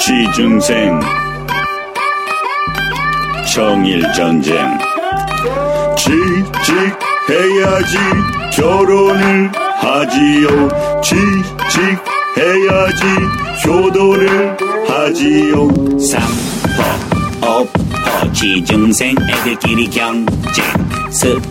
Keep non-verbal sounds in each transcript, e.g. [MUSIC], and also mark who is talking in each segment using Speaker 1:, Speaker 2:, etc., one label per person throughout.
Speaker 1: 지중생 청일전쟁 취직해야지 결혼을 하지요 취직해야지 효도를 하지요
Speaker 2: 삼포 오포 지중생 애들끼리 경쟁 스펙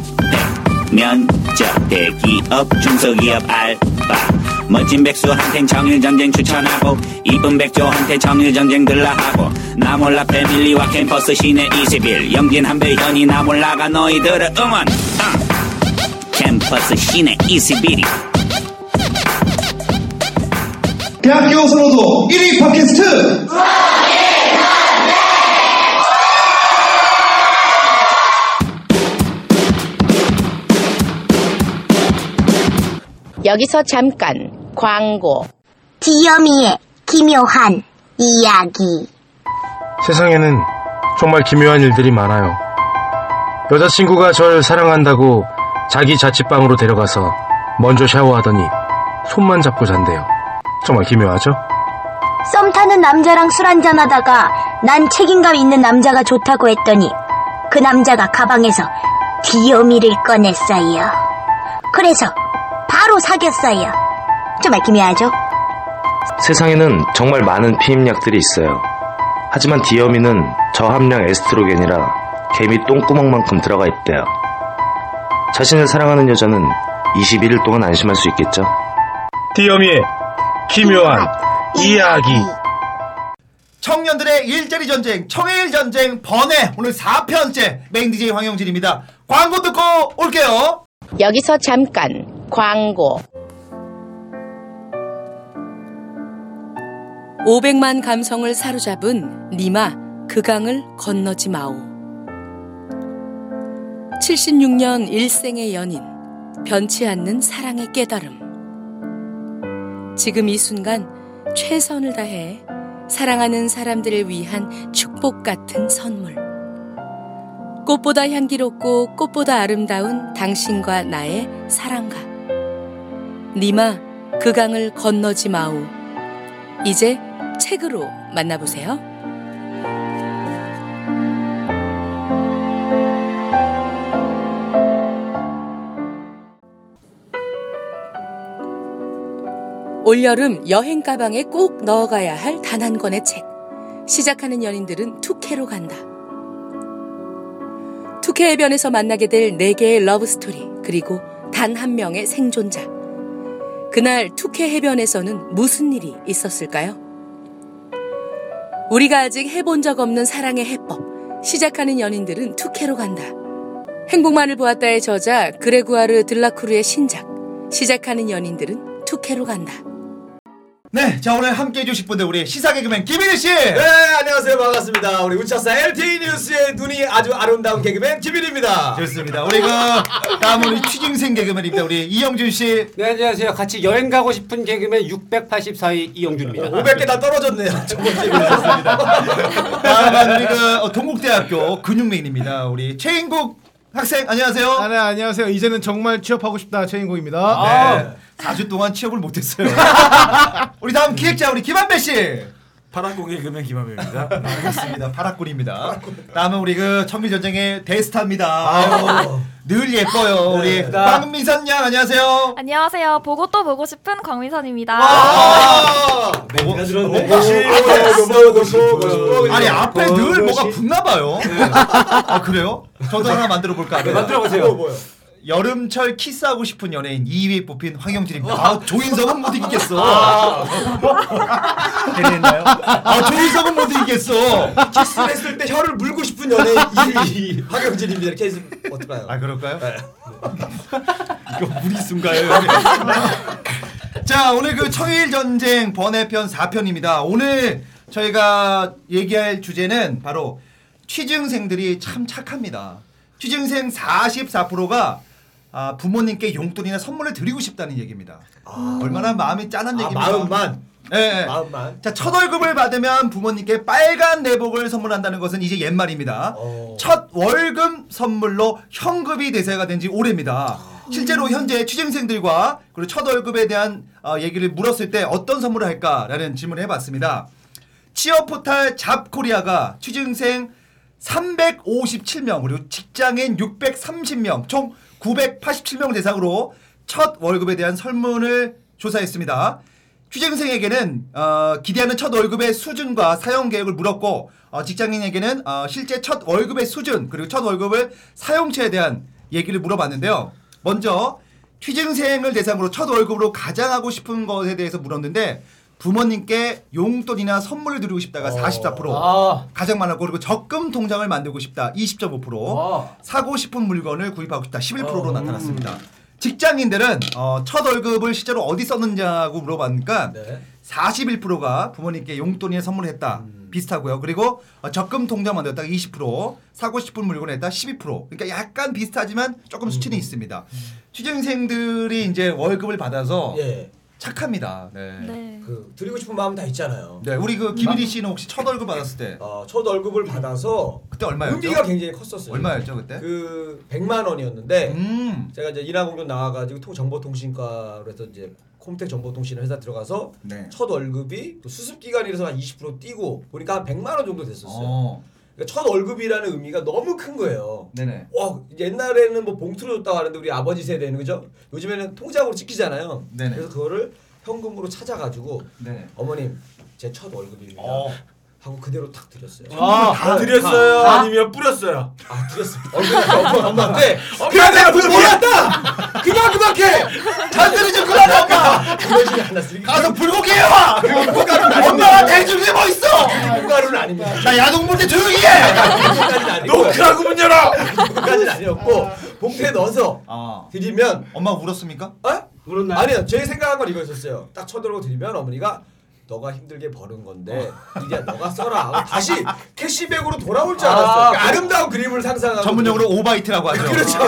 Speaker 2: 면접 대기업 중소기업 알바 멋진 백수한텐 정일전쟁 추천하고 이쁜 백조한테 정일전쟁 들라하고 나몰라 패밀리와 캠퍼스 시내 21 영진 한배현이 나몰라가 너희들을 응원 땅. 캠퍼스 시내 21이
Speaker 3: 대학교 선호도 1위 팟캐스트
Speaker 4: 여기서 잠깐 광고.
Speaker 5: 디어미의 기묘한 이야기.
Speaker 6: 세상에는 정말 기묘한 일들이 많아요. 여자친구가 절 사랑한다고 자기 자취방으로 데려가서 먼저 샤워하더니 손만 잡고 잔대요. 정말 기묘하죠?
Speaker 5: 썸 타는 남자랑 술 한잔 하다가 난 책임감 있는 남자가 좋다고 했더니 그 남자가 가방에서 디어미를 꺼냈어요. 그래서 바로 사귀었어요. 정말 기묘하죠?
Speaker 7: 세상에는 정말 많은 피임약들이 있어요. 하지만 디어미는 저함량 에스트로겐이라 개미 똥구멍만큼 들어가 있대요. 자신을 사랑하는 여자는 21일 동안 안심할 수 있겠죠?
Speaker 6: 디어미의 기묘한 이야기.
Speaker 3: 청년들의 일자리 전쟁 청해일 전쟁 번외 오늘 4편째 메인 DJ 황영진입니다 광고 듣고 올게요
Speaker 4: 여기서 잠깐 광고.
Speaker 8: 500만 감성을 사로잡은 니마 그강을 건너지 마오. 76년 일생의 연인, 변치 않는 사랑의 깨달음. 지금 이 순간 최선을 다해 사랑하는 사람들을 위한 축복 같은 선물. 꽃보다 향기롭고 꽃보다 아름다운 당신과 나의 사랑과. 니마 그강을 건너지 마오. 이제 책으로 만나보세요. 올여름 여행 가방에 꼭 넣어가야 할 단 한 권의 책. 시작하는 연인들은 투케로 간다. 투케 해변에서 만나게 될 네 개의 러브 스토리 그리고 단 한 명의 생존자. 그날 투케 해변에서는 무슨 일이 있었을까요? 우리가 아직 해본 적 없는 사랑의 해법. 시작하는 연인들은 투케로 간다. 행복만을 보았다의 저자 그레구아르 들라쿠르의 신작. 시작하는 연인들은 투케로 간다.
Speaker 3: 네자 오늘 함께 해주실 분들 우리 시사 개그맨 김민희씨
Speaker 9: 네, 안녕하세요. 반갑습니다. 우리 우차사 LTE 뉴스의 눈이 아주 아름다운 개그맨 김일입니다.
Speaker 3: 좋습니다 우리 그 다음 우리 취중생 개그맨입니다 우리 이영준씨
Speaker 10: 네, 안녕하세요. 같이 여행 가고 싶은 개그맨 684위 이영준입니다.
Speaker 9: 어, 500개 다 떨어졌네요. [LAUGHS] 저번 주에
Speaker 3: 다음은 우리 그 어, 동국대학교 근육맨입니다 우리 최인국 학생 안녕하세요
Speaker 11: 네, 안녕하세요. 이제는 정말 취업하고 싶다 최인국입니다.
Speaker 10: 아.
Speaker 3: 네. 4주 동안 취업을 못했어요 [LAUGHS] 우리 다음 기획자 우리 김한배씨
Speaker 9: 파란고 개그맨 김하명입니다.
Speaker 3: 반갑습니다. 파라꿀입니다. 다음은 우리 그 천미전쟁의 대스타입니다. 아유, 늘 예뻐요. 우리 박민선 양 안녕하세요.
Speaker 12: 안녕하세요. 보고 또 보고 싶은 광민선입니다.
Speaker 10: 아.
Speaker 3: 아.
Speaker 9: 내가 들었네. 보고
Speaker 3: 아니 앞에
Speaker 10: 어,
Speaker 3: 늘 뭐가 붙나 봐요. 아 그래요? 저도 하나 만들어 볼까 합니다.
Speaker 10: 네. 만들어 보세요.
Speaker 3: 여름철 키스하고 싶은 연예인 2위에 뽑힌
Speaker 10: 어.
Speaker 3: 황영진입니다. 아, 조인성은 못
Speaker 10: 아.
Speaker 3: [LAUGHS] 이기겠어. 되나요? 아, 조인성은 못 이기겠어.
Speaker 9: 키스를 했을 때 혀를 물고 싶은 연예인 이- 이-
Speaker 3: [LAUGHS]
Speaker 9: 황영진입니다. 이렇게 해서 어떨까요? 네.
Speaker 3: 아 그럴까요? [LAUGHS] 이거 무리수인가요? 여기? [LAUGHS] 자 오늘 그 청일 전쟁 번외편 4편입니다. 오늘 저희가 얘기할 주제는 바로 취중생들이 참 착합니다. 취중생 44%가 아, 부모님께 용돈이나 선물을 드리고 싶다는 얘기입니다. 얼마나 마음이 짠한
Speaker 9: 아,
Speaker 3: 얘기입니까?
Speaker 9: 마음만.
Speaker 3: 예. 예.
Speaker 9: 마음만.
Speaker 3: 자, 첫 월급을 받으면 부모님께 빨간 내복을 선물한다는 것은 이제 옛말입니다.
Speaker 9: 어.
Speaker 3: 첫 월급 선물로 현금이 대세가 된 지 오래입니다. 실제로 현재 취준생들과 그리고 첫 월급에 대한 어, 얘기를 물었을 때 어떤 선물을 할까라는 질문을 해봤습니다. 취업 포탈 잡코리아가 취준생 357명 그리고 직장인 630명 총 987명을 대상으로 첫 월급에 대한 설문을 조사했습니다. 취준생에게는 어, 기대하는 첫 월급의 수준과 사용 계획을 물었고 어, 직장인에게는 어, 실제 첫 월급의 수준 그리고 첫 월급을 사용처에 대한 얘기를 물어봤는데요. 먼저 취준생을 대상으로 첫 월급으로 가장 하고 싶은 것에 대해서 물었는데 부모님께 용돈이나 선물을 드리고 싶다가 44% 가장 많았고 그리고 적금 통장을 만들고 싶다 20.5% 사고 싶은 물건을 구입하고 싶다 11%로 나타났습니다. 직장인들은 어, 첫 월급을 실제로 어디 썼느냐고 물어봤니까 41%가 부모님께 용돈이나 선물을 했다.
Speaker 13: 음.
Speaker 3: 비슷하고요. 그리고 어, 적금 통장 만들었다가 20%, 사고 싶은 물건을 했다 12%. 그러니까 약간 비슷하지만 조금
Speaker 13: 음.
Speaker 3: 수치는 있습니다. 취준생들이 이제 월급을 받아서
Speaker 13: 예.
Speaker 3: 착합니다. 네.
Speaker 9: 예. 그 드리고 싶은 마음 다 있잖아요.
Speaker 3: 네, 우리 그
Speaker 13: 음.
Speaker 3: 김일희 씨는 혹시 첫 월급 받았을 때?
Speaker 9: 어, 첫 월급을 받아서
Speaker 3: 그때 얼마였죠?
Speaker 9: 의미가 굉장히 컸었어요.
Speaker 3: 얼마였죠 음. 그때?
Speaker 9: 그 100만 원이었는데 제가 이제 인하공격 나와가지고 통 정보통신과로 해서 이제 콤텍 정보통신 회사 들어가서
Speaker 3: 네.
Speaker 9: 첫 월급이 또 수습 기간이라서 한 20% 뛰고 보니까 한 100만 원 정도 됐었어요.
Speaker 3: 어.
Speaker 9: 그러니까 첫 월급이라는 의미가 너무 큰 거예요.
Speaker 3: 네네.
Speaker 9: 와 어, 옛날에는 뭐 봉투로 줬다고 하는데 우리 아버지 세대는 그죠? 요즘에는 통장으로 찍히잖아요.
Speaker 3: 네네.
Speaker 9: 그래서 그거를 현금으로 찾아가지고
Speaker 3: 네네.
Speaker 9: 어머님 제 첫 월급입니다. 하고 그대로 탁 드렸어요.
Speaker 13: 어. 아, 다 드렸어요? 아니면 뿌렸어요?
Speaker 9: 아 드렸어요. 엄마, 엄마한테
Speaker 13: 그냥 내가
Speaker 9: 그거
Speaker 13: 돈
Speaker 9: 몰랐다. 그냥 그만해. 잔소리 좀 그만할까. 그러지 않았어요. 가서
Speaker 3: 불고기 해와.
Speaker 13: 엄마한테 해준 게뭐 있어?
Speaker 9: 국가루는 아닙니다.
Speaker 3: 나 야동 볼 때 조용히
Speaker 9: 해.
Speaker 13: 노크하고 문 열어.
Speaker 9: 그까지는 아니었고 봉투에 넣어서
Speaker 3: 아.
Speaker 9: 드리면
Speaker 3: 엄마 울었습니까?
Speaker 9: 어? 울었나요? 아니요. 제 생각한 건 이거였어요. 딱 쳐들고 드리면 어머니가 너가 힘들게 버는 건데
Speaker 3: 어.
Speaker 9: 이제 너가 써라. 하고
Speaker 3: [LAUGHS]
Speaker 9: 다시 캐시백으로 돌아올 줄 알았어.
Speaker 3: 아.
Speaker 9: 아, 름다운 그림을 상상하고
Speaker 3: 전문용어로 오바이트라고 하죠.
Speaker 9: 그렇죠.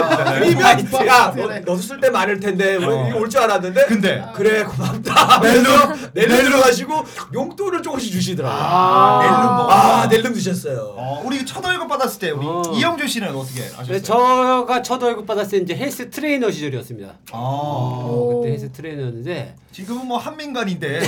Speaker 3: 네.
Speaker 9: 그러면 야, 너, 너도 쓸 때 많을 텐데 우리 이거 올 줄 알았는데.
Speaker 3: 어.
Speaker 9: 아,
Speaker 3: 근데
Speaker 9: 그래 고맙다. 내일로 내일 들어가시고 용돈을 조금씩 주시더라고.
Speaker 3: 아, 낼름 먹었다.
Speaker 9: 아 낼름 드셨어요.
Speaker 3: 어, 우리 첫 월급 받았을 때 우리 이영준 씨는 어떻게 아셨어요?
Speaker 10: 어. 네, 저가 첫 월급 받았을 때 이제 헬스 트레이너 시절이었습니다.
Speaker 3: 어,
Speaker 10: 그때 헬스 트레이너였는데
Speaker 3: 아. 지금은 뭐
Speaker 10: [LAUGHS]
Speaker 3: 한민간인데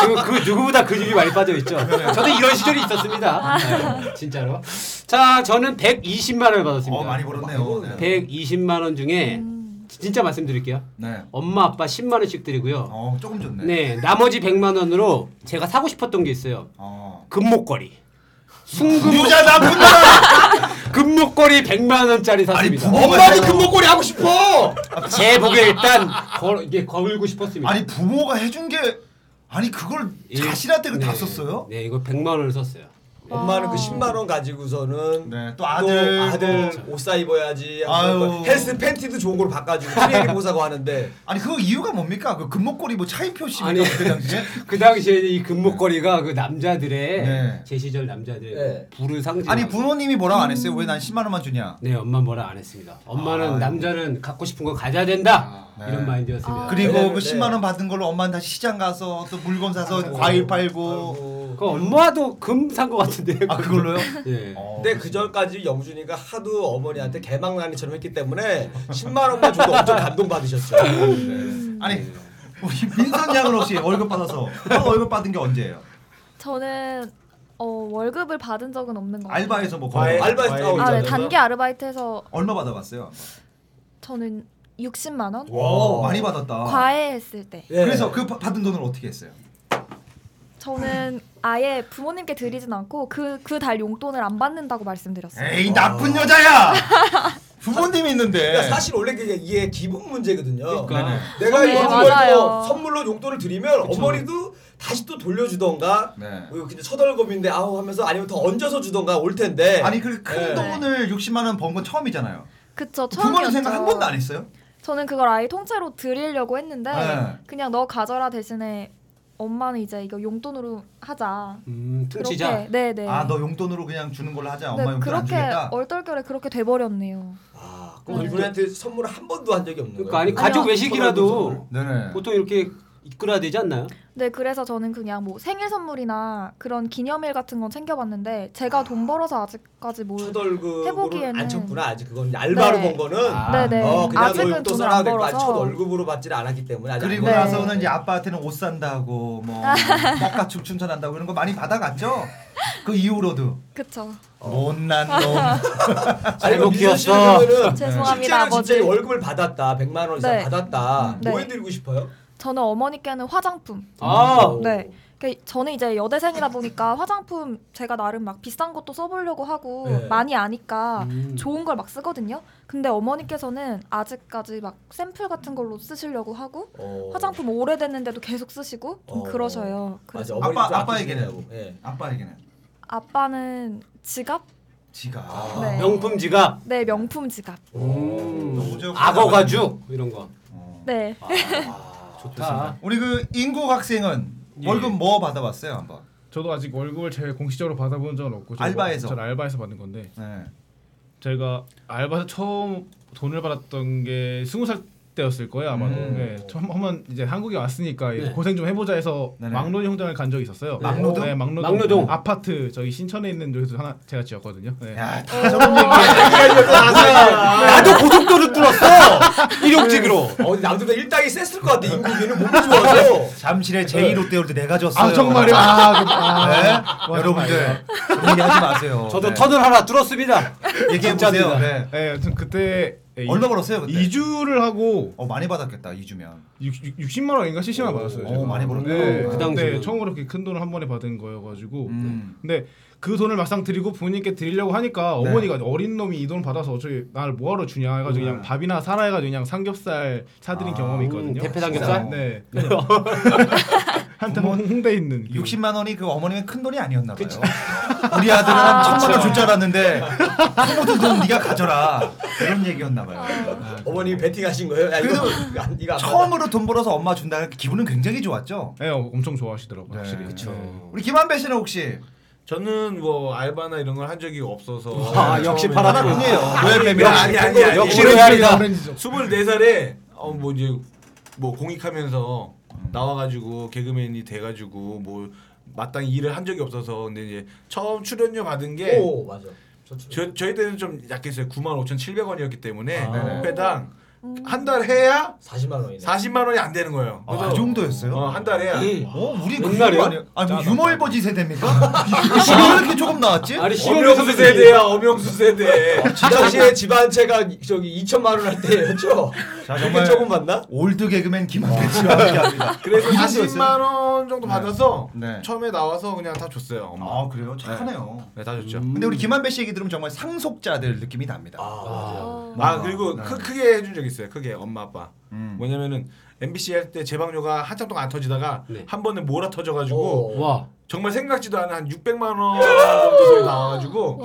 Speaker 10: 지금 그 누구보다 근육이 많이 빠져 있죠.
Speaker 3: 어,
Speaker 10: 저도 이런 시절이
Speaker 12: 아.
Speaker 10: 있었습니다. 네, 진짜로. 자, 저는 120만 원을 받았습니다. 어, 많이
Speaker 3: 벌었네요.
Speaker 10: 120만 원 중에
Speaker 12: 음.
Speaker 10: 진짜 말씀드릴게요.
Speaker 3: 네. 어,
Speaker 10: 엄마 아빠 10만 원씩 드리고요.
Speaker 3: 조금 좋네.
Speaker 10: 네, 나머지 100만 원으로 제가 사고 싶었던 게 있어요. 금목걸이. 순금
Speaker 3: 부자 나쁜
Speaker 10: 금목걸이 100만 원짜리 샀습니다.
Speaker 9: 엄마도 금목걸이 하고 싶어.
Speaker 10: 제 보기에 일단 걸 이게 걸고 싶었습니다.
Speaker 3: 아니 부모가 해준 게 아니 그걸 자신한테 그다 썼어요?
Speaker 10: 예. 네, 이거 100만 원을 썼어요.
Speaker 9: 엄마는
Speaker 12: 아.
Speaker 9: 그 10만 원 가지고서는
Speaker 3: 네, 또 아들
Speaker 9: 옷 사 입어야지 그
Speaker 3: 아유.
Speaker 9: 헬스 팬티도 좋은 걸로 바꿔주고 트레이닝
Speaker 3: [LAUGHS]
Speaker 9: 보사고 하는데
Speaker 3: 아니 그 이유가 뭡니까? 그 금목걸이 뭐 차인표 씨가
Speaker 10: 아니
Speaker 3: 그 당시에
Speaker 10: [LAUGHS] 그 당시에 이 금목걸이가 그 남자들의
Speaker 3: 네.
Speaker 10: 제 시절 남자들의
Speaker 9: 예.
Speaker 10: 부를 상징.
Speaker 3: 아니 부모님이 뭐라고 안 했어요? 왜 난 10만 원만 주냐?
Speaker 10: 네, 엄마 뭐라 안 했습니다. 엄마는 남자는 갖고 싶은 거 가져야 된다 이런 네. 마인드였습니다.
Speaker 3: 네. 그리고 그 10만 원 받은 걸로 엄마는 다시 시장 가서 또 물건 사서 과일 팔고
Speaker 10: 그 엄마도 금 산 거 같은데.
Speaker 3: 아 어, 그걸로요?
Speaker 10: 예.
Speaker 9: 근데 그 전까지 영준이가 하도 어머니한테 개망나니처럼 했기 때문에 10만 원만 줘도 엄청 네. 감동
Speaker 3: [LAUGHS]
Speaker 9: 받으셨죠.
Speaker 3: 네.
Speaker 10: 음. 네.
Speaker 3: 아니 우리 민선 양은 혹시 월급 받아서 첫 월급 받은 게 언제예요?
Speaker 12: 저는 어, 월급을 받은 적은 없는 것 같아요.
Speaker 3: 알바에서 뭐
Speaker 9: 과외, 알바에서 하고
Speaker 12: 아, 네, 단기 아르바이트에서
Speaker 3: 얼마 받아봤어요?
Speaker 12: 저는 60만 원.
Speaker 9: 어.
Speaker 3: 와 많이 받았다.
Speaker 12: 과외했을 때.
Speaker 9: 예.
Speaker 10: 네.
Speaker 3: 그래서 그 바- 받은 돈을 어떻게 했어요?
Speaker 12: 저는 아예 부모님께 드리진 않고 그 그 달 용돈을 안 받는다고 말씀드렸어요.
Speaker 3: 에이 나쁜 여자야. 부모님이 있는데.
Speaker 9: 그러니까 사실 원래 그게 이게 기분 문제거든요.
Speaker 3: 네네.
Speaker 9: 내가
Speaker 12: 네,
Speaker 9: 이런
Speaker 12: 맞아요.
Speaker 9: 걸또 선물로 용돈을 드리면 어머니도 다시 또 돌려주던가
Speaker 3: 네.
Speaker 9: 어, 근데 처덜금인데 아우 하면서 아니면 더 얹어서 주던가 올 텐데 네.
Speaker 3: 아니 그큰 돈을 60만 원 번 건 처음이잖아요.
Speaker 12: 그쵸 네. 처음이었죠.
Speaker 3: 부모님 생각 한 번도 안 했어요?
Speaker 12: 저는 그걸 아예 통째로 드리려고 했는데
Speaker 3: 네.
Speaker 12: 그냥 너 가져라 대신에 엄마는 이제 이거 용돈으로 하자.
Speaker 10: 음,
Speaker 12: 그렇게, 네, 네.
Speaker 3: 아너 용돈으로 그냥 주는 걸로 하자. 엄마
Speaker 12: 근데
Speaker 3: 용돈 안
Speaker 12: 그렇게 어
Speaker 3: 주겠다.
Speaker 12: 얼떨결에 그렇게 돼버렸네요.
Speaker 9: 아,
Speaker 10: 아,
Speaker 9: 그럼 이분한테 선물을 한 번도 한 적이 없는
Speaker 10: 그러니까 아니 가족 외식이라도
Speaker 9: 뭐
Speaker 3: 네네.
Speaker 10: 보통 이렇게 이끌어야 되지 않나요?
Speaker 12: 네, 그래서 저는 그냥 뭐 생일 선물이나 그런 기념일 같은 건 챙겨봤는데 제가
Speaker 13: 아.
Speaker 12: 돈 벌어서 아직까지 뭘
Speaker 9: 초덜급으로는
Speaker 12: 해보기에는
Speaker 9: 안 쳤구나 아직 그건 알바로
Speaker 12: 네.
Speaker 9: 본 거는
Speaker 12: 아. 네네.
Speaker 9: 어 그냥
Speaker 12: 아직은
Speaker 9: 아직은 또
Speaker 12: 돈을
Speaker 9: 써야
Speaker 12: 안
Speaker 9: 될거 아직
Speaker 12: 벌어서.
Speaker 9: 초월급으로 받지를 않았기 때문에 아직
Speaker 12: 네.
Speaker 3: 그리고
Speaker 9: 안 벌어서.
Speaker 3: 나서는 이제 아빠한테는 옷 산다고 뭐
Speaker 12: 아.
Speaker 3: 떡가축 춘천한다고 이런 거 많이 받아갔죠. 그 이후로도
Speaker 12: 그쵸.
Speaker 9: 어.
Speaker 3: 못난 놈.
Speaker 9: 아니
Speaker 3: 잘못
Speaker 9: 미선 씨
Speaker 3: 키웠어.
Speaker 9: 경우는
Speaker 12: 죄송합니다,
Speaker 9: 실제로
Speaker 12: 아버지.
Speaker 9: 진짜 월급을 받았다 100만 원 이상
Speaker 12: 네.
Speaker 9: 받았다
Speaker 12: 네.
Speaker 9: 뭐 해드리고 싶어요?
Speaker 12: 저는 어머니께는 화장품.
Speaker 9: [LAUGHS] 아.
Speaker 12: 네. 그러니까 저는 이제 여대생이다
Speaker 13: [LAUGHS]
Speaker 12: 보니까 화장품 제가 나름 막 비싼 것도 써보려고 하고
Speaker 14: 네.
Speaker 12: 많이 아니까
Speaker 13: 음.
Speaker 12: 좋은 걸 막 쓰거든요. 근데 어머니께서는 아직까지 막 샘플 같은 걸로 쓰시려고 하고
Speaker 9: 어.
Speaker 13: 어.
Speaker 12: 화장품 오래됐는데도 계속 쓰시고 좀 그러셔요.
Speaker 9: 맞아 예.
Speaker 12: 그래서
Speaker 9: 어머니
Speaker 3: 아빠- 아빠에게는? 아빠에게는
Speaker 12: 아빠는 지갑?
Speaker 3: 지갑.
Speaker 12: 네.
Speaker 10: 명품 지갑.
Speaker 12: 네 명품 지갑.
Speaker 10: 음. 악어 가죽 이런 거.
Speaker 12: 네.
Speaker 9: 아.
Speaker 3: 좋습니다. 우리 그 인국 학생은
Speaker 9: 예.
Speaker 3: 월급 뭐 받아봤어요 한번?
Speaker 11: 저도 아직 월급을 제일 공식적으로 받아본 적은 없고 저는
Speaker 3: 알바에서.
Speaker 11: 저는 알바에서 받는 건데
Speaker 3: 네.
Speaker 11: 제가 알바에서 처음 돈을 받았던 게 스무 살 때였을 거예요 아마도
Speaker 3: 음.
Speaker 11: 네, 처음 한번 이제 한국에 왔으니까
Speaker 3: 네.
Speaker 11: 고생 좀 해보자 해서
Speaker 3: 네네.
Speaker 11: 막노동 현장을 간 적이 있었어요
Speaker 3: 네. 막노동?
Speaker 11: 네, 막노동,
Speaker 3: 막노동.
Speaker 11: 아파트 저기 신천에 있는 데서 하나 제가 지었거든요 네.
Speaker 12: 어.
Speaker 3: 다 저런 얘기야.
Speaker 9: 아, 네.
Speaker 10: 나도 고속도로 뚫었어. 일용직으로. 네.
Speaker 9: 어 남들보다 일당이 셌을 것 같아 인국이는 몸이 좋아서
Speaker 3: 잠실에 제2롯데월드 내가 줬어요.
Speaker 9: 아, 정말요?
Speaker 10: 아, 그- 아.
Speaker 3: 네?
Speaker 10: 와,
Speaker 3: 여러분들 얘기하지 마세요. 네.
Speaker 10: 저도 터널 하나 뚫었습니다.
Speaker 3: [LAUGHS] 얘기해 네,
Speaker 10: 진짜입니다.
Speaker 3: 보세요. 네.
Speaker 11: 아무튼 그때
Speaker 3: 얼마 벌었어요 그때?
Speaker 11: 2주를 하고
Speaker 3: 어 많이 받았겠다 2주면
Speaker 11: 60, 60만 원인가 70만 원 받았어요. 제가.
Speaker 3: 많이 벌었네.
Speaker 11: 네,
Speaker 3: 그
Speaker 11: 그
Speaker 3: 당시에는.
Speaker 11: 당시에 처음으로 이렇게 큰 돈을 한 번에 받은 거여가지고.
Speaker 3: 음.
Speaker 11: 근데 그 돈을 막상 드리고 부모님께 드리려고 하니까
Speaker 3: 네.
Speaker 11: 어머니가 어린 놈이 이 돈 받아서 어차피 날 뭐하러 주냐 해가지고 그냥 밥이나 사라 해가지고 그냥 삼겹살 사드린 경험이 있거든요.
Speaker 10: 대패 삼겹살?
Speaker 11: 네. [LAUGHS]
Speaker 3: 한번
Speaker 11: 홍대에 있는
Speaker 3: 60만 원이 그 어머님의 큰 돈이 아니었나 봐요. [LAUGHS] 우리 아들은 한 천만 원 줄 줄 알았는데 모든 돈 네가 가져라 그런 얘기였나 봐요. 네.
Speaker 9: 어머님이 베팅하신 거예요? 야, 이거, 이거 안- 이거 안
Speaker 3: 처음으로 돈 벌어서 엄마 준다는 그 기분은 굉장히 좋았죠.
Speaker 11: 네, 엄청 좋아하시더라고요. 확실히. 네.
Speaker 3: 그렇죠. 우리 김한배 씨는 혹시
Speaker 13: 저는 뭐 알바나 이런 걸 한 적이 없어서
Speaker 10: 아, 역시
Speaker 13: 처음에는-
Speaker 10: 파란색이에요.
Speaker 13: 왜 뱀이야?
Speaker 10: 역시
Speaker 13: 아니 아니 아니
Speaker 10: 역시
Speaker 13: 오렌지죠,
Speaker 10: 로얄이다.
Speaker 13: 오렌지죠. 24살에 어뭐 이제 뭐 공익하면서 나와가지고 개그맨이 돼가지고 뭐 마땅히 일을 한 적이 없어서 근데 이제 처음 출연료 받은 게
Speaker 9: 오 맞아
Speaker 13: 저, 저희 때는 좀 약했어요. 95,700원이었기 때문에
Speaker 9: 아.
Speaker 13: 네. 회당 한 달 해야
Speaker 9: 40만 원이네
Speaker 13: 40만 원이 안 되는 거예요.
Speaker 3: 아, 그 정도였어요?
Speaker 13: 어, 한 달에.
Speaker 9: 음.
Speaker 3: 어, 우리 그 정도 아니야? 아니 뭐 유머일보지 [LAUGHS] 세대입니까? 지금 왜 이렇게 조금 나왔지?
Speaker 9: 어, 엄영수 세대야 엄영수
Speaker 10: 어,
Speaker 9: 세대
Speaker 3: 진짜
Speaker 9: 당시에 집 한 채가 저기 2천만 원 할 때였죠
Speaker 3: 자,
Speaker 9: 그게
Speaker 3: 정말
Speaker 9: 조금 봤나?
Speaker 3: 올드 개그맨 김한배 씨와 함께합니다.
Speaker 13: 그래서
Speaker 3: 이 정도였어요?
Speaker 13: 40만 원 정도 받아서
Speaker 3: 네.
Speaker 13: 처음에 나와서 그냥 다 줬어요. 엄마.
Speaker 3: 아 그래요? 착하네요. 음.
Speaker 13: 네, 다 줬죠.
Speaker 3: 근데 우리 김한배 씨 얘기 들으면 정말 상속자들 느낌이 납니다.
Speaker 13: 아,
Speaker 3: 뭔가,
Speaker 13: 그리고
Speaker 3: 네.
Speaker 13: 크, 크게 해준 적 있어요. 크게 엄마 아빠. 뭐냐면은 MBC 할 때 재방료가 한참 동안 안 터지다가 한 번에 몰아
Speaker 9: 어.
Speaker 13: 터져가지고 정말 생각지도 않은 한 600만 원 정도 돈이 나와가지고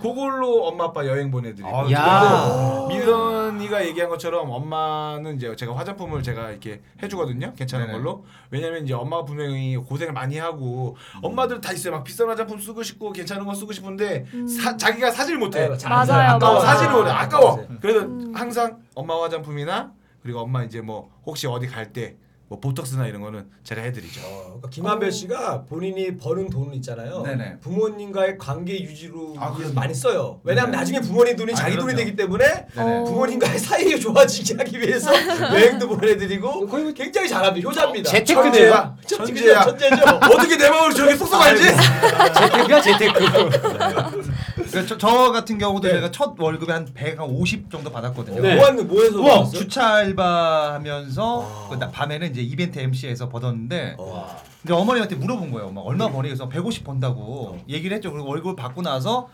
Speaker 13: 그걸로 엄마 아빠 여행 보내드리고
Speaker 10: 아, 야.
Speaker 13: 그리고 미선이가 얘기한 것처럼 엄마는 이제 제가 화장품을 제가 이렇게 해주거든요 괜찮은 걸로 왜냐면 이제 엄마가 분명히 고생을 많이 하고 엄마들 다 있어요 막 비싼 화장품 쓰고 싶고 괜찮은 거 쓰고 싶은데 사- 자기가 사질 못해
Speaker 9: 네, 잘 안 사요. 맞아요,
Speaker 13: 아까워
Speaker 9: 맞아요.
Speaker 13: 어, 사지를 못해 아까워
Speaker 9: 맞아요.
Speaker 13: 그래서 항상 엄마 화장품이나 그리고 엄마 이제 뭐 혹시 어디 갈 때 뭐 보톡스나 이런 거는 제가 해드리죠
Speaker 9: 그러니까 김한별 씨가 본인이 버는 돈은 있잖아요.
Speaker 13: 네네.
Speaker 9: 부모님과의 관계 유지로 위해서 많이 써요. 왜냐하면 나중에 부모님 돈이
Speaker 13: 아,
Speaker 9: 자기 돈이
Speaker 13: 그럼요.
Speaker 9: 되기 때문에 어.
Speaker 13: 네네.
Speaker 9: 부모님과의 사이가 [LAUGHS] 좋아지게 하기 위해서 여행도 보내드리고 굉장히 잘합니다. 효자입니다.
Speaker 13: 재테크네요.
Speaker 9: 천재야.
Speaker 13: 천재야.
Speaker 9: 천재죠.
Speaker 13: 어떻게 내 마음을 저렇게 쏙쏙 알지?
Speaker 3: [LAUGHS]
Speaker 10: 재테크야 재테크.
Speaker 3: 그러니까 저, 저 같은 경우도 제가 첫 월급에 한 150 정도 받았거든요.
Speaker 9: 네. 뭐 한- 뭐 해서
Speaker 3: 우와,
Speaker 9: 받았어요?
Speaker 3: 주차 알바하면서 그 나- 밤에는 이제 이벤트 MC에서 버었는데 근데 어머니한테 물어본 거예요. 막 얼마 버니? 그래서 150 번다고 얘기를 했죠. 그리고 월급 받고 나서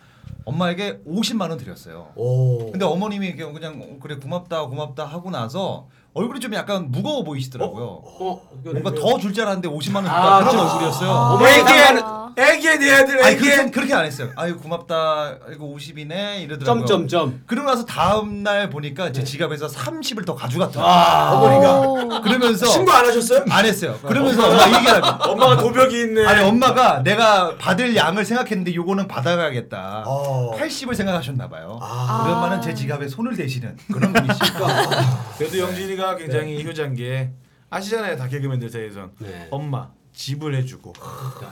Speaker 3: 엄마에게 50만 원 드렸어요. 근데 어머님이 이렇게 그냥 어, 그래 고맙다 고맙다 하고 나서 얼굴이 좀 약간 무거워 보이시더라고요. 뭔가 더 줄 줄 알았는데 50만 원 줬다
Speaker 13: 아,
Speaker 3: 그런
Speaker 13: 저-
Speaker 3: 얼굴이었어요.
Speaker 13: 아. 애기야 내 아들
Speaker 3: 아니
Speaker 13: 애기야
Speaker 3: 그렇게, 그렇게 안 했어요. 아유 고맙다. 이거 50이네 이러더라고요.
Speaker 10: 점점점.
Speaker 3: 그러고 나서 다음 날 보니까 제 지갑에서 30을 더 가져갔더라고요.
Speaker 13: 아.
Speaker 3: 어머니가. 그러면서
Speaker 13: 신고 안 하셨어요?
Speaker 3: 안 했어요. 그러면서 엄마 얘기하고
Speaker 13: 엄마가 도벽이 있네.
Speaker 9: 어,
Speaker 3: 아니 엄마가 내가 받을 양을 생각했는데 요거는 받아가야겠다. 80을 생각하셨나 봐요. 그런 말은 제 지갑에 손을 대시는 그런 분이시니까.
Speaker 9: 네.
Speaker 13: 그래도 영진이가 굉장히 효자인 게 아시잖아요 다 개그맨들 사이에선
Speaker 9: 네.
Speaker 13: 엄마 집을 해주고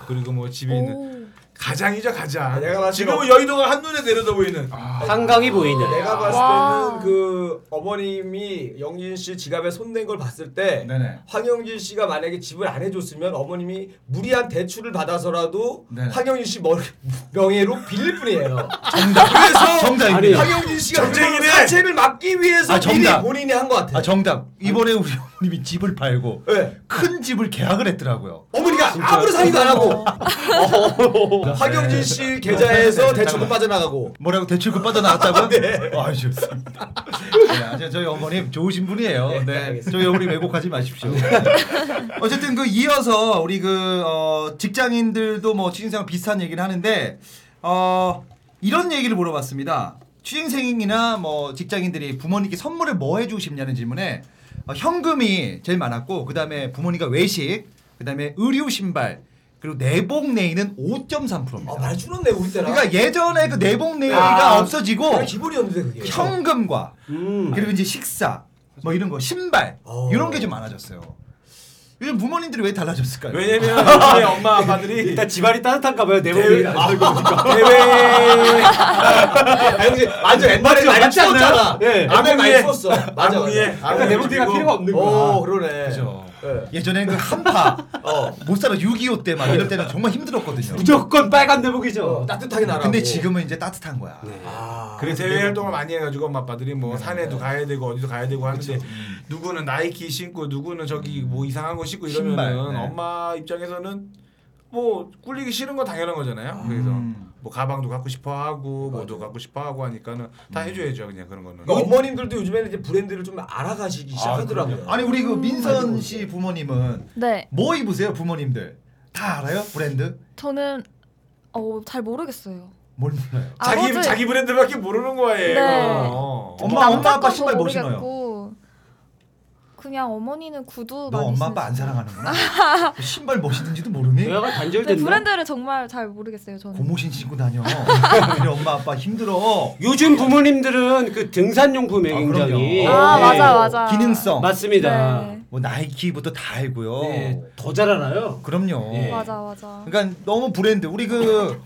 Speaker 13: 그리고 뭐 집에 있는 가장이죠 가장
Speaker 9: 그러니까. 아, 내가 봤을 때 어-
Speaker 13: 지금은 여의도가 한눈에 내려다 보이는
Speaker 10: 한강이 보이는.
Speaker 9: 내가 봤을
Speaker 10: 와.
Speaker 9: 때는 그 어머님이 영진 씨 지갑에 손댄 걸 봤을 때 황영진 씨가 만약에 집을 안 해줬으면 어머님이 무리한 대출을 받아서라도
Speaker 3: 네네.
Speaker 9: 황영진 씨 머리, 명예로 빌릴 뿐이에요.
Speaker 3: 정답.
Speaker 9: 그래서
Speaker 3: 정답이네요.
Speaker 9: 황영진 씨가
Speaker 3: 정쟁이네.
Speaker 9: 그 사채를 막기 위해서
Speaker 3: 아,
Speaker 9: 미리
Speaker 3: 정답.
Speaker 9: 본인이 한 것 같아요.
Speaker 3: 아 정답. 예. 이번에 우리 어머님이 집을 팔고 큰 집을 계약을 했더라고요. 어.
Speaker 9: 어머니가 아무런 상의도 안 하고 황영진 씨 계좌에서
Speaker 3: 네.
Speaker 9: 대출금 빠져나가고
Speaker 3: 뭐라고 대출금 빠져나갔다고요? 네. 아 좋습니다. 네, 아주 저희 어머님 좋으신 분이에요. 네. 아, 저희 어머님 왜곡하지 마십시오. 어쨌든 그 이어서 우리 그 어, 직장인들도 뭐 취준생 비슷한 얘기를 하는데 어, 이런 얘기를 물어봤습니다. 취준생이나 뭐 직장인들이 부모님께 선물을 뭐 해주고 싶냐는 질문에 어, 현금이 제일 많았고 그 다음에 부모님과 외식, 그 다음에 의류 신발. 그리고 내복 내의는 5.3%입니다. 아,
Speaker 9: 많이 줄었네 우리 때랑.
Speaker 3: 그러니까 예전에 그 내복 내의가
Speaker 9: 아,
Speaker 3: 없어지고
Speaker 9: 그냥 기본이었는데 그게.
Speaker 3: 현금과 그리고 이제 식사 뭐 이런 거 신발 이런 게 좀 많아졌어요. 요즘 부모님들이 왜
Speaker 10: [LAUGHS]
Speaker 3: 달라졌을까요?
Speaker 13: 왜냐면 요즘에 엄마 아빠들이 일단
Speaker 10: 집안이 따뜻한가 봐요. 내복
Speaker 3: 대회-
Speaker 10: 얘기 안 들고
Speaker 9: 아.
Speaker 10: 오니까. 네.
Speaker 13: 대회
Speaker 9: 아니 완전 옛날에
Speaker 10: 맞죠?
Speaker 9: 많이
Speaker 10: 맞지 않나요?
Speaker 9: 썼잖아.
Speaker 10: 예.
Speaker 9: 옛날에 많이
Speaker 10: 아궁이에-
Speaker 9: 썼어. 맞아 맞아.
Speaker 10: 아궁이에- 아궁이 내복대가 필요가 없는 거야.
Speaker 9: 오 그러네.
Speaker 3: 그죠.
Speaker 9: 예.
Speaker 3: 예전엔 그 한파 못 살아 6.25 때 막 이럴 때는 정말 힘들었거든요.
Speaker 10: 무조건 빨간 내복이죠.
Speaker 9: 어, 따뜻하게 아.
Speaker 10: 날아오고.
Speaker 3: 근데 지금은 이제 따뜻한 거야.
Speaker 9: 네.
Speaker 13: 그래서 대외 활동을 많이 해가지고 엄마 아빠들이 뭐 산에도 가야 되고 어디도 가야 되고 하는데 누구는 나이키 신고 누구는 저기 뭐 이상한 거 신고 이러면은
Speaker 3: 신발, 네.
Speaker 13: 엄마 입장에서는 뭐 꿀리기 싫은 건 당연한 거잖아요. 그래서 뭐 가방도 갖고 싶어 하고 뭐도 갖고 싶어 하고 하니까는 다 해줘야죠 그냥 그런 거는.
Speaker 9: [LAUGHS] 그러니까 어머님들도 요즘에는 이제 브랜드를 좀 알아가시기 시작하더라고요.
Speaker 3: 아니 우리 그 민선 씨 부모님은
Speaker 12: 네.
Speaker 3: 뭐 입으세요 부모님들? 다 알아요 브랜드?
Speaker 12: 저는 어, 잘 모르겠어요.
Speaker 3: 뭘 몰라요?
Speaker 13: 자기
Speaker 12: 아버지-
Speaker 13: 자기 브랜드밖에 모르는 거예요.
Speaker 12: 네.
Speaker 13: 어.
Speaker 12: 특히 남자 건 모르겠고, 그냥 어머니는 구두
Speaker 3: 너
Speaker 12: 많이
Speaker 3: 엄마 아빠 안 사랑하는구나. 신발 멋있는지도 모르니?
Speaker 10: 내가
Speaker 12: 근데
Speaker 10: 단절됐나?
Speaker 12: 브랜드를 정말 잘 모르겠어요. 저는.
Speaker 3: 고무신 신고 다녀.
Speaker 11: [LAUGHS]
Speaker 3: 우리 엄마 아빠 힘들어.
Speaker 10: 요즘 부모님들은 그 등산용품에 굉장히 네.
Speaker 12: 아, 맞아, 맞아.
Speaker 3: 기능성
Speaker 10: 맞습니다.
Speaker 12: 네.
Speaker 3: 뭐 나이키부터 다 알고요.
Speaker 11: 네.
Speaker 10: 더 잘 알아요.
Speaker 3: 그럼요. 네.
Speaker 12: 맞아 맞아.
Speaker 3: 그러니까 너무 브랜드. 우리 그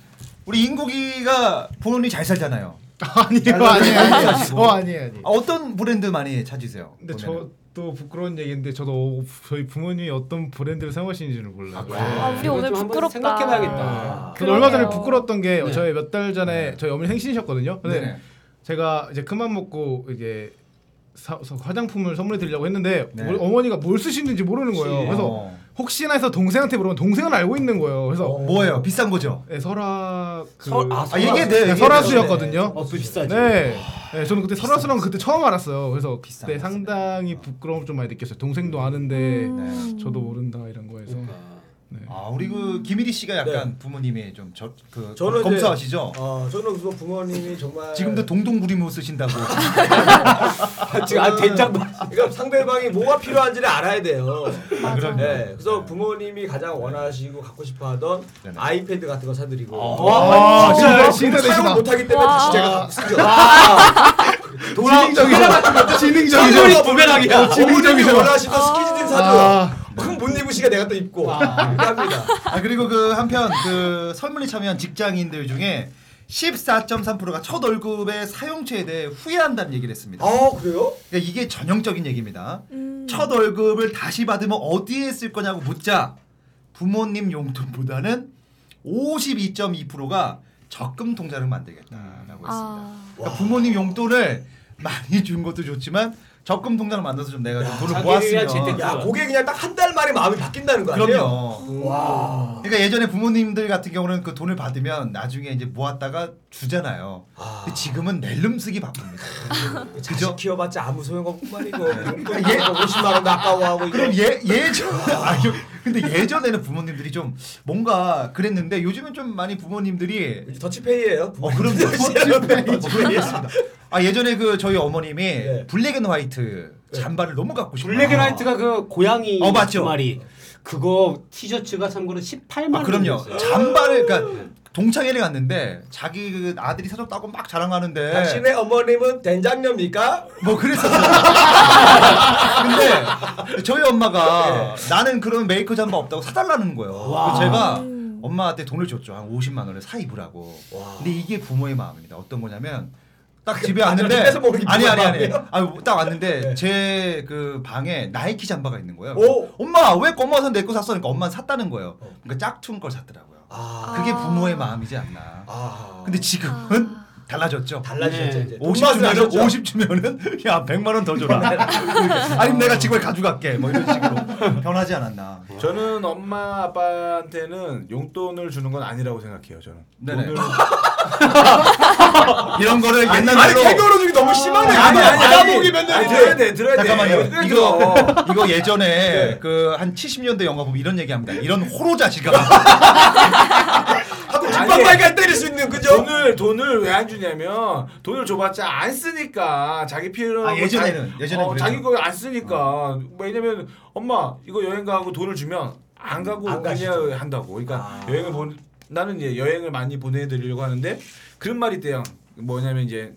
Speaker 3: 우리 인고기가 부모님 잘 살잖아요. 아니요,
Speaker 11: 아니에요, 아니에요. 어, 아니에요, 아니에요.
Speaker 3: 어떤 브랜드 많이 찾으세요?
Speaker 11: 근데
Speaker 3: 보면은?
Speaker 11: 저도 부끄러운 얘기인데 저도 어, 저희 부모님이 어떤 브랜드를 사용하시는지를 몰라요.
Speaker 12: 아, 우리 오늘 부끄럽다.
Speaker 11: 아, 저도 얼마 전에 부끄러웠던 게
Speaker 10: 네.
Speaker 11: 저희 몇 달 전에 저희 어머니 생신이셨거든요. 근데
Speaker 3: 네네.
Speaker 11: 제가 이제 그만 먹고 이제 사- 사- 화장품을 선물해 드리려고 했는데
Speaker 3: 네.
Speaker 11: 뭘- 어머니가 뭘 쓰시는지 모르는 거예요.
Speaker 3: 네.
Speaker 11: 그래서
Speaker 3: 어.
Speaker 11: 혹시나 해서 동생한테 물으면 동생은 알고 있는 거예요. 그래서
Speaker 3: 뭐예요? 비싼 거죠?
Speaker 11: 네, 설화 그
Speaker 3: 설- 아, 설화. 얘기해도 돼요,
Speaker 11: 네,
Speaker 3: 얘기해도
Speaker 11: 설화수였거든요.
Speaker 3: 돼요. 네. 어, 비싸지.
Speaker 11: 네. 네, 저는 그때 설화수랑 그때 처음 알았어요. 그래서 그때 네, 상당히 부끄러움 좀 많이 느꼈어요.
Speaker 3: 음.
Speaker 11: 동생도 아는데 저도 모른다 이런 거에서.
Speaker 3: 네. 그러니까.
Speaker 11: 네.
Speaker 3: 아 우리 그 김일희 씨가 약간 부모님이 좀저그
Speaker 9: 저는 이제-
Speaker 3: 검사하시죠?
Speaker 11: 네.
Speaker 9: 어, 저는 그 부모님이 정말
Speaker 3: 지금도
Speaker 11: [LAUGHS]
Speaker 3: 동동부리모 쓰신다고.
Speaker 9: 지금 아 된장 그러니까 상대방이 뭐가 필요한지를 알아야 돼요.
Speaker 3: 그럼요.
Speaker 9: 네, 그래서 부모님이 가장 원하시고 갖고 싶어하던 아이패드 같은 거 사드리고.
Speaker 11: 와, 진짜 진짜 되시다.
Speaker 9: 사용 못하기 때문에
Speaker 11: 와.
Speaker 9: 제가 쓰죠. [LAUGHS]
Speaker 11: 아,
Speaker 3: 어,
Speaker 11: 지능적이죠. 지능적이죠.
Speaker 9: 부메랑이야.
Speaker 11: 어, 지능적이죠.
Speaker 9: 어머님이 원하시던 스키즈딘
Speaker 11: 아.
Speaker 9: 사줘요. 그럼 못 입으시니까 내가 또 입고.
Speaker 3: 아 그리고 그 한편 그 설문에 참여한 직장인들 중에 14.3%가 첫 월급의 사용처에 대해 후회한다는 얘기를 했습니다.
Speaker 9: 아 그래요?
Speaker 3: 그러니까 이게 전형적인 얘기입니다. 첫 월급을 다시 받으면 어디에 쓸 거냐고 묻자 부모님 용돈보다는 52.2%가 적금 통장을 만들겠다라고
Speaker 12: 아.
Speaker 3: 했습니다. 그러니까 부모님 용돈을 많이 준 것도 좋지만 적금 통장을 만들어서 좀 내가 좀 돈을
Speaker 9: 자기를 위한
Speaker 3: 아, 모았으면
Speaker 9: 재테크. 야, 그게 그냥 딱 한 달 만에 마음이 바뀐다는 거 아니에요?
Speaker 3: 그럼요. 음. 그러니까 예전에 부모님들 같은 경우는 그 돈을 받으면 나중에 이제 모았다가 주잖아요. 근데 지금은 낼름 쓰기 바쁩니다.
Speaker 9: 자식 키워봤자 아무 소용없구만 이거.
Speaker 3: 예.
Speaker 9: 예. 50만 원도 아까워하고 이거.
Speaker 3: 그럼 예 예전 [LAUGHS] 아 요- 근데 예전에는 부모님들이 좀 뭔가 그랬는데 요즘은 좀 많이 부모님들이 [LAUGHS] 뭐
Speaker 9: 더치페이예요.
Speaker 3: 어 그럼
Speaker 9: [LAUGHS]
Speaker 3: 더치페이였습니다. 아 예전에 그 저희 어머님이 블랙앤화이트 잠바를 너무 갖고 싶어.
Speaker 10: 네. 블랙앤화이트가 그 고양이
Speaker 3: 어 맞죠.
Speaker 10: 두 마리. 그거 티셔츠가 참고로 18만
Speaker 3: 아, 그럼요.
Speaker 10: 원이었어요.
Speaker 3: 잠바를 그러니까 동창회를 갔는데 자기 그 아들이 사줬다고 막 자랑하는데
Speaker 9: 당신의 어머님은 된장녀입니까?
Speaker 3: 뭐 그랬었어요. 근데 저희 엄마가 나는 그런 메이커 잠바 없다고 사달라는 거예요.
Speaker 9: 네. 와. 음.
Speaker 3: 그래서 제가 엄마한테 돈을 줬죠. 한 50만 원을 사 입으라고. 근데 이게 부모의 마음입니다. 어떤 거냐면 딱 집에 왔는데
Speaker 9: 집에서 모르게
Speaker 3: 아니
Speaker 9: 누가
Speaker 3: 아니 아니.
Speaker 9: 마음이에요? 네.
Speaker 3: 아딱 왔는데 제 그 방에 나이키 잠바가 있는 거예요. 그래서 엄마 왜 엄마 산 내거 샀어? 그러니까 엄마는 샀다는 거예요.
Speaker 9: 어.
Speaker 3: 그러니까 짝퉁 걸 샀더라고요.
Speaker 9: 아.
Speaker 3: 그게 부모의 마음이지 않나. 근데 네. 지금은 달라졌죠.
Speaker 9: 달라졌죠, 이제. 돈
Speaker 3: 50주면은
Speaker 9: 받아줬죠.
Speaker 3: 50주면은 [LAUGHS] 야 100만 원 더 줘라.
Speaker 13: [LAUGHS]
Speaker 3: 아니면 내가 지구에 가져갈게. 뭐 이런 식으로 변하지 않았나.
Speaker 13: 저는 엄마 아빠한테는 용돈을 주는 건 아니라고 생각해요. 저는.
Speaker 3: 네네.
Speaker 13: 돈을-
Speaker 3: 이런 거를
Speaker 13: 아니,
Speaker 3: 옛날
Speaker 13: 아니,
Speaker 3: 말로-
Speaker 13: 개그로 주기 너무 심하네.
Speaker 3: 아니, 아니, 아니.
Speaker 13: 아니, 맨날 들어야 돼, 들어야 돼. 네.
Speaker 3: 잠깐만요.
Speaker 13: 들어야
Speaker 3: 이거
Speaker 13: 돼.
Speaker 3: 이거 예전에 그 한 70년대 영화 보면 이런 얘기합니다. 이런 호로 자식아.
Speaker 13: 하도
Speaker 3: 빨간
Speaker 13: 때릴 수 있는 그죠? 돈을 돈을 왜 안 주냐면 돈을 줘봤자 안 쓰니까 자기 필요는
Speaker 3: 아, 예전에는, 예전에는
Speaker 13: 어,
Speaker 3: 그랬죠. 어.
Speaker 13: 자기 거 안 쓰니까 뭐 왜냐면 엄마 이거 여행 가고 돈을 주면 안 가고
Speaker 9: 안 가시죠.
Speaker 13: 그냥 한다고
Speaker 3: 아.
Speaker 13: 그러니까 여행을 보 나는 이제 여행을 많이 보내드리려고 하는데 그런 말이 있대요 뭐냐면 이제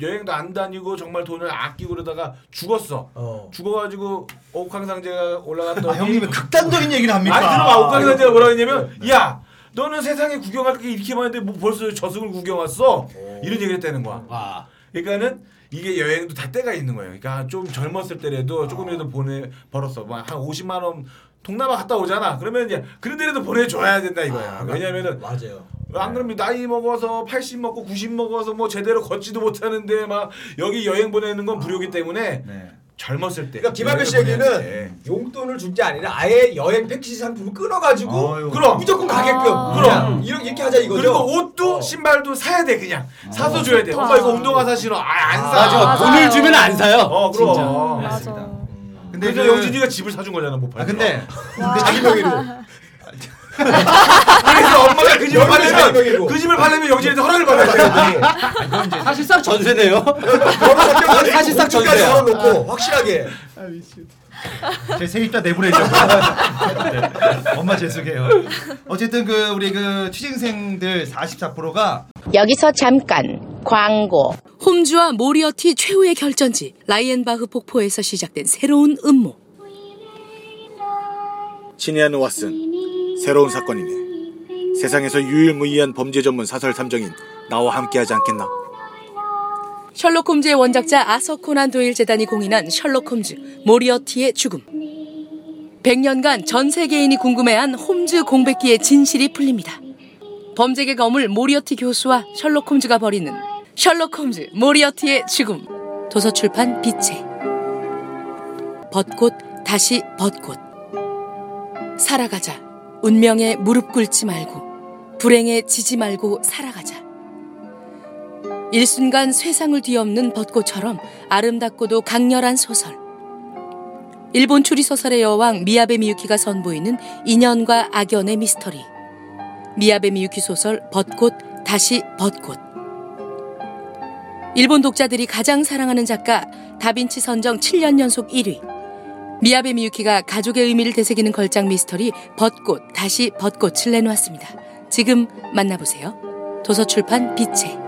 Speaker 13: 여행도 안 다니고 정말 돈을 아끼고 그러다가 죽었어. 죽어가지고 옥황상제가 올라갔더니
Speaker 3: 아, 형님이 극단적인 얘기를 합니까?
Speaker 13: 네. 아니 들어봐 옥황상제가 뭐라 했냐면 야 너는 세상에 구경할 게 이렇게 많은데 뭐 벌써 저승을 구경 왔어 이런 얘기를 했다는 거야. 그러니까는 이게 여행도 다 때가 있는 거예요. 그러니까 좀 젊었을 때라도 조금이라도 보내 벌었어. 뭐한 50만 원 동남아 갔다 오잖아. 그러면 이제 그런 데라도 보내줘야 된다 이거야. 왜냐면은
Speaker 9: 맞아요.
Speaker 13: 안 그러면 나이 먹어서 80 먹고 90 먹어서 뭐 제대로 걷지도 못하는데 막 여기 여행 보내는 건 불효기 때문에
Speaker 3: 네.
Speaker 13: 젊었을 때.
Speaker 9: 그러니까 김학배 씨
Speaker 13: 여행을 보내야 돼.
Speaker 9: 얘기는 용돈을 준 게 아니라 아예 여행 패키지 상품을 끊어가지고
Speaker 13: 그럼
Speaker 9: 무조건 가게끔
Speaker 10: 아.
Speaker 13: 그럼
Speaker 9: 그냥 이렇게, 이렇게 하자 이거죠.
Speaker 13: 그리고 옷도 신발도 사야 돼 그냥 사서
Speaker 9: 어,
Speaker 13: 줘야 돼.
Speaker 9: 좋다.
Speaker 13: 엄마 이거 운동화사 신어. 아안 사.
Speaker 10: 맞아. 돈을 주면 안 사요.
Speaker 13: 어 그럼.
Speaker 10: 진짜.
Speaker 13: 맞습니다.
Speaker 3: 근데 그-
Speaker 13: 근데 영진이가 집을 사준 거잖아 못 팔. 아
Speaker 3: 근데
Speaker 13: 근데 자기 명의로. [LAUGHS] 그래서 엄마가 그 집을 팔려면 그 집을 팔려면 영진이한테 허락을 받아야 돼.
Speaker 10: 사실상 전세네요.
Speaker 9: 사실상 전까지 걸어놓고
Speaker 13: 아.
Speaker 9: 확실하게
Speaker 3: 제 세입자
Speaker 13: [LAUGHS]
Speaker 3: 내보내려고. 네. 엄마 죄송해요. 어쨌든 그 우리 그 취준생들 44%가
Speaker 4: 여기서 잠깐 광고.
Speaker 8: 홈즈와 모리어티 최후의 결전지 라이엔바흐 폭포에서 시작된 새로운 음모.
Speaker 14: 치니안 왓슨 새로운 사건이네 세상에서 유일무이한 범죄 전문 사설 탐정인 나와 함께하지 않겠나
Speaker 8: 셜록 홈즈의 원작자 아서 코난 도일 재단이 공인한 셜록 홈즈 모리어티의 죽음. 100년간 전 세계인이 궁금해한 홈즈 공백기의 진실이 풀립니다. 범죄계 거물 모리어티 교수와 셜록 홈즈가 벌이는 셜록 홈즈 모리어티의 죽음. 도서출판 빛의 벚꽃 다시 벚꽃 살아가자 운명에 무릎 꿇지 말고 불행에 지지 말고 살아가자. 일순간 세상을 뒤엎는 벚꽃처럼 아름답고도 강렬한 소설. 일본 추리 소설의 여왕 미야베 미유키가 선보이는 인연과 악연의 미스터리. 미야베 미유키 소설 벚꽃 다시 벚꽃. 일본 독자들이 가장 사랑하는 작가 다빈치 선정 7년 연속 1위. 미야베 미유키가 가족의 의미를 되새기는 걸작 미스터리 벚꽃 다시 벚꽃을 내놓았습니다. 지금 만나보세요. 도서출판 빛의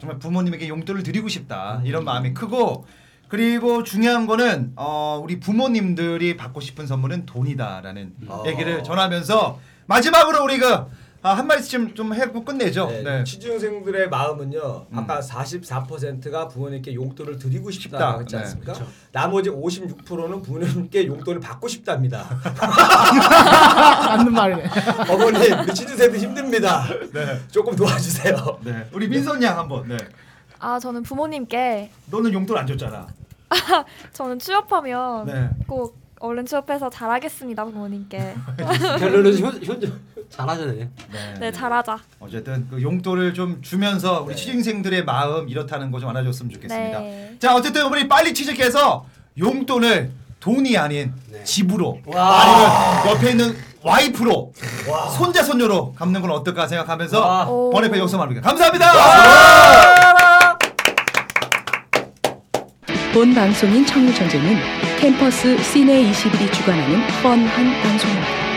Speaker 3: 정말 부모님에게 용돈을 드리고 싶다 이런 마음이 크고 그리고 중요한 거는 어, 우리 부모님들이 받고 싶은 선물은 돈이다라는 얘기를 전하면서 마지막으로 우리가 아, 한 말씀 좀 해고 끝내죠.
Speaker 10: 어,
Speaker 3: 네.
Speaker 9: 취준생들의 마음은요. 아까 44%가 부모님께 용돈을 드리고
Speaker 3: 싶다.
Speaker 9: 싶다고 했지
Speaker 3: 네.
Speaker 9: 않습니까? 나머지 56%는 부모님께 용돈을 받고 싶답니다.
Speaker 11: [LAUGHS] 맞는 말이네.
Speaker 9: 어머님, 우리 취준생들 힘듭니다.
Speaker 10: 네.
Speaker 9: 조금 도와주세요.
Speaker 3: 네. 우리 민선 양 한번. 네.
Speaker 12: 아 저는 부모님께
Speaker 3: 너는 용돈 안 줬잖아.
Speaker 12: 저는 취업하면
Speaker 3: 네.
Speaker 12: 꼭 얼른 취업해서 잘하겠습니다 네, 부모님께.
Speaker 10: 네. 결론은 효- 효- 잘하잖아요.
Speaker 12: 네 잘하자.
Speaker 3: 어쨌든 그 용돈을 좀 주면서 우리 취준생들의 마음 이렇다는 거 좀 알아줬으면 좋겠습니다.
Speaker 12: 네.
Speaker 3: 자 어쨌든 우리 빨리 취직해서 용돈을 돈이 아닌 집으로 아니면 옆에 있는 와이프로 손자 손녀로 갚는 건 어떨까 생각하면서 번외편 여기서 마무리. 감사합니다.
Speaker 8: 본 방송인 청일전쟁은 캠퍼스 시내 21이 주관하는 뻔한 방송입니다.